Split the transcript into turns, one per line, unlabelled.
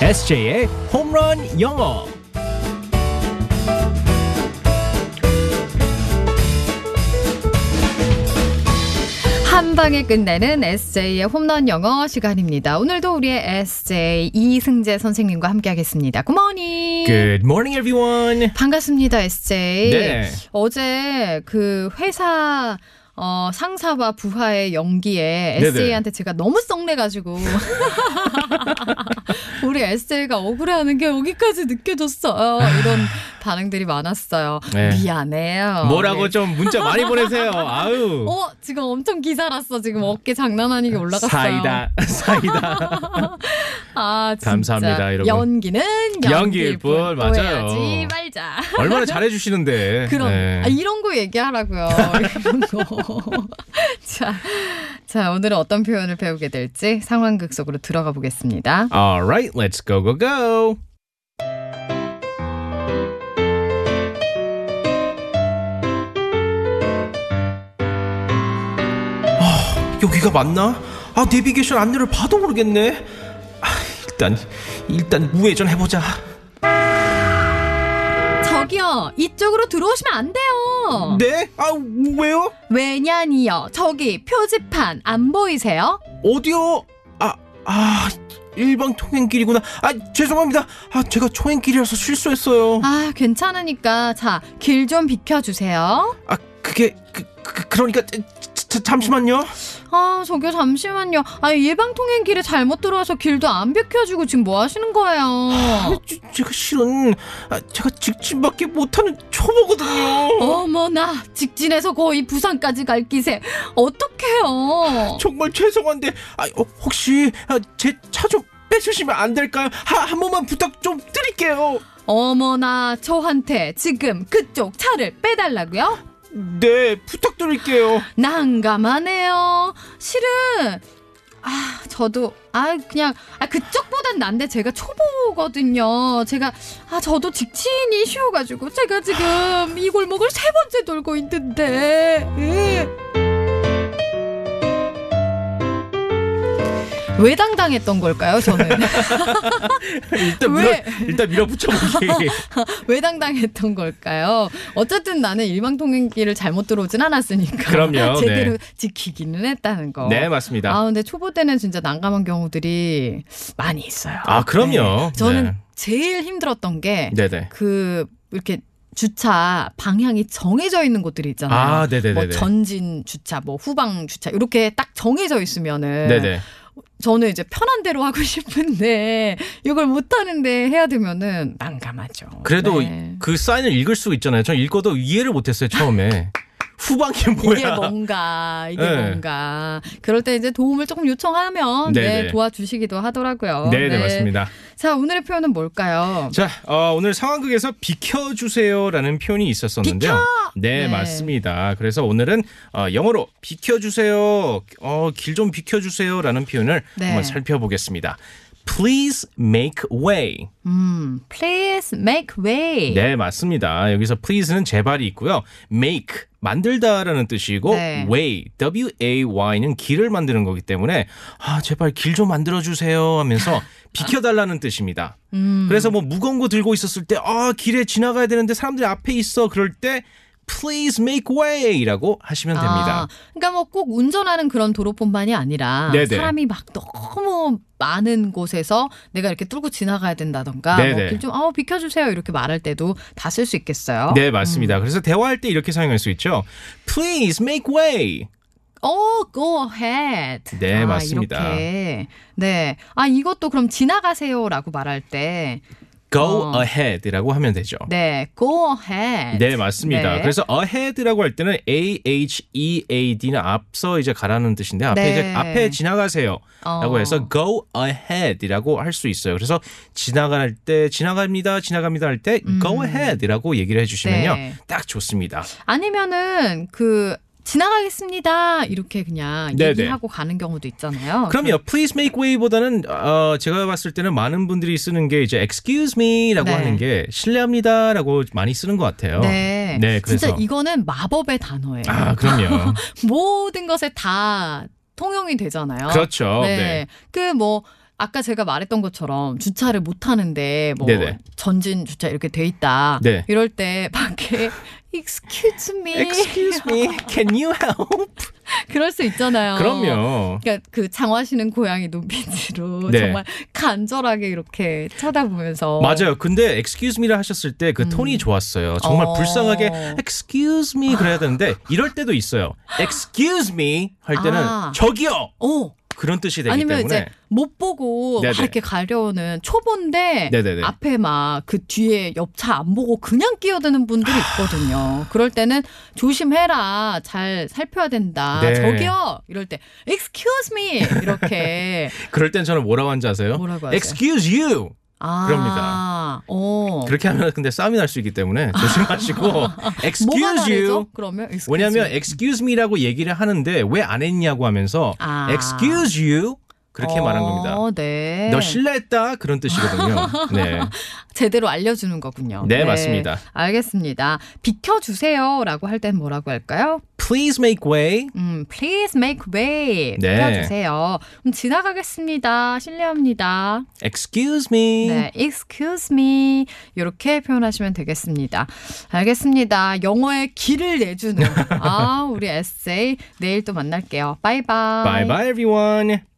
SJ의 홈런 영어.
한 방에 끝내는 SJ의 홈런 영어 시간입니다. 오늘도 우리의 SJ 이승재 선생님과 함께하겠습니다. 굿모닝.
Good morning, everyone.
반갑습니다, SJ.
네.
어제 그 회사 어, 상사와 부하의 연기에
네네.
SJ한테 제가 너무 썩내가지고 우리 SJ가 억울해하는 게 여기까지 느껴졌어요. 이런 반응들이 많았어요.
네.
미안해요.
뭐라고
네.
좀 문자 많이 보내세요. 아우.
어 지금 엄청 기사났어 지금 어깨 장난 아니게 올라갔어요.
사이다, 사이다.
아 진짜.
감사합니다, 여러분.
연기는
연기일
연기일 뿐
뿐, 맞아요.
오해하지 말자.
얼마나 잘해주시는데.
그럼
네.
아, 이런 거 얘기하라고요. 이런 거. 자, 자 오늘은 어떤 표현을 배우게 될지 상황극 속으로 들어가 보겠습니다.
All right, let's go, go, go. 아,
여기가 맞나? 아 내비게이션 안내를 봐도 모르겠네. 아, 일단 일단 우회전 해보자.
저기요 이쪽으로 들어오시면 안 돼요.
네? 아 왜요?
왜냐니요 저기 표지판 안 보이세요?
어디요? 아, 아 일방 통행길이구나. 아 죄송합니다. 아 제가 초행길이라서 실수했어요.
아 괜찮으니까 자 길 좀 비켜주세요.
아 그게 그, 그 그러니까 자, 자, 잠시만요.
아, 저기요, 잠시만요. 아, 예방통행 길에 잘못 들어와서 길도 안 비켜주고 지금 뭐 하시는
아,
거예요?
저, 제가 실은 아, 제가 직진밖에 못하는 초보거든요.
어머나, 직진해서 거의 부산까지 갈 기세. 어떡해요?
정말 죄송한데 아, 어, 혹시 제 차 좀 빼주시면 안 될까요? 하, 한 번만 부탁 좀 드릴게요.
어머나, 저한테 지금 그쪽 차를 빼달라고요?
네, 부탁드릴게요.
난감하네요. 실은, 아, 저도, 아, 그냥, 아, 그쪽보단 난데 제가 초보거든요. 제가, 아, 저도 직진이 쉬워가지고, 제가 지금 이 골목을 세 번째 돌고 있는데, 예. 으. 왜 당당했던 걸까요, 저는?
일단 밀어,
왜?
일단 밀어붙여보기.
왜 당당했던 걸까요? 어쨌든 나는 일방통행길을 잘못 들어오진 않았으니까.
그럼요,
제대로
네.
지키기는 했다는 거.
네, 맞습니다.
아, 근데 초보 때는 진짜 난감한 경우들이 많이 있어요.
아, 그럼요.
저는
네.
제일 힘들었던
네네.
게 그 이렇게 주차 방향이 정해져 있는 곳들이 있잖아요.
아, 네네네네.
뭐 전진 주차, 뭐 후방 주차 이렇게 딱 정해져 있으면은
네네.
저는 이제 편한 대로 하고 싶은데 이걸 못 하는데 해야 되면은 난감하죠.
그래도
네.
그 사인을 읽을 수 있잖아요. 전 읽어도 이해를 못했어요, 처음에. 후방이 뭐야.
이게 뭔가 이게
네.
뭔가 그럴 때 이제 도움을 조금 요청하면 네,
네네.
도와주시기도 하더라고요.
네, 네, 맞습니다.
자 오늘의 표현은 뭘까요?
자, 어, 오늘 상황극에서 비켜주세요라는 표현이 있었었는데요. 네,
네.
맞습니다. 그래서 오늘은 어, 영어로 비켜주세요, 어, 길 좀 비켜주세요라는 표현을
네.
한번 살펴보겠습니다. Please make way.
음, please make way.
네, 맞습니다. 여기서 please는 제발이 있고요. make 만들다라는 뜻이고
네.
way w a y는 길을 만드는 거기 때문에 아 제발 길 좀 만들어 주세요 하면서 비켜달라는 뜻입니다.
음.
그래서 뭐 무거운 거 들고 있었을 때 아 길에 지나가야 되는데 사람들이 앞에 있어 그럴 때 please make way라고 하시면 됩니다.
아, 그러니까 뭐 꼭 운전하는 그런 도로뿐만이 아니라
네네.
사람이 막 너무 많은 곳에서 내가 이렇게 뚫고 지나가야 된다던가
네네.
뭐좀 어, 비켜주세요 이렇게 말할 때도 다 쓸 수 있겠어요.
네 맞습니다.
음.
그래서 대화할 때 이렇게 사용할 수 있죠. Please make way.
어, go ahead.
네,
아,
맞습니다.
이렇게. 네. 아, 이것도 그럼 지나가세요라고 말할 때,
Go
어.
ahead라고 하면 되죠.
네, go ahead.
네, 맞습니다.
네.
그래서 ahead라고 할 때는 a h e a d는 앞서 이제 가라는 뜻인데 앞에
네.
이제 앞에 지나가세요라고
어.
해서 go ahead이라고 할 수 있어요. 그래서 지나갈 때 지나갑니다, 지나갑니다 할 때 go ahead이라고 얘기를 해주시면요,
음. 네.
딱 좋습니다.
아니면은 그 지나가겠습니다 이렇게 그냥
네네.
얘기하고 가는 경우도 있잖아요.
그럼요, please make way보다는 어, 제가 봤을 때는 많은 분들이 쓰는 게 이제 excuse me라고
네.
하는 게 실례합니다라고 많이 쓰는 것 같아요.
네.
네, 그래서
진짜 이거는 마법의 단어예요.
아 그럼요.
모든 것에 다 통용이 되잖아요.
그렇죠.
네. 그 뭐 아까 제가 말했던 것처럼 주차를 못 하는데 뭐
네네.
전진 주차 이렇게 돼 있다.
네.
이럴 때 밖에 excuse me
Excuse me, can you help?
그럴 수 있잖아요.
그럼요.
그러니까 그 장화시는 고양이 눈빛으로
네.
정말 간절하게 이렇게 쳐다보면서
맞아요. 근데 excuse me를 하셨을 때 그 톤이 좋았어요. 정말
음. 어.
불쌍하게 excuse me 그래야 되는데 이럴 때도 있어요. excuse me 할 때는
아.
저기요
어
그런 뜻이 되기
아니면
때문에
이제 못 보고 막
네네.
이렇게 가려는 초보인데
네네네.
앞에 막 그 뒤에 옆차 안 보고 그냥 끼어드는 분들이 있거든요. 그럴 때는 조심해라. 잘 살펴야 된다.
네.
저기요. 이럴 때 excuse me 이렇게
그럴 땐 저는 뭐라고 하는지 아세요?
뭐라고 하세요?
excuse you
아,
그럽니다.
어. 아.
그렇게 하면 근데 싸움이 날 수 있기 때문에 조심하시고
뭐가
excuse you
다르죠? 그러면 excuse
왜냐하면
you.
excuse me라고 얘기를 하는데 왜 안 했냐고 하면서
아.
excuse you 그렇게
어,
말한 겁니다.
네.
너 실례했다 그런 뜻이거든요. 네,
제대로 알려주는 거군요.
네, 맞습니다.
알겠습니다. 비켜주세요라고 할 땐 뭐라고 할까요?
please make way.
음, please make way.
네.
비켜주세요. 그럼 지나가겠습니다. 실례합니다.
Excuse me.
네, excuse me. 이렇게 표현하시면 되겠습니다. 알겠습니다. 영어의 길을 내주는 아 우리 에세이 내일 또 만날게요. 바이바이.
Bye bye everyone.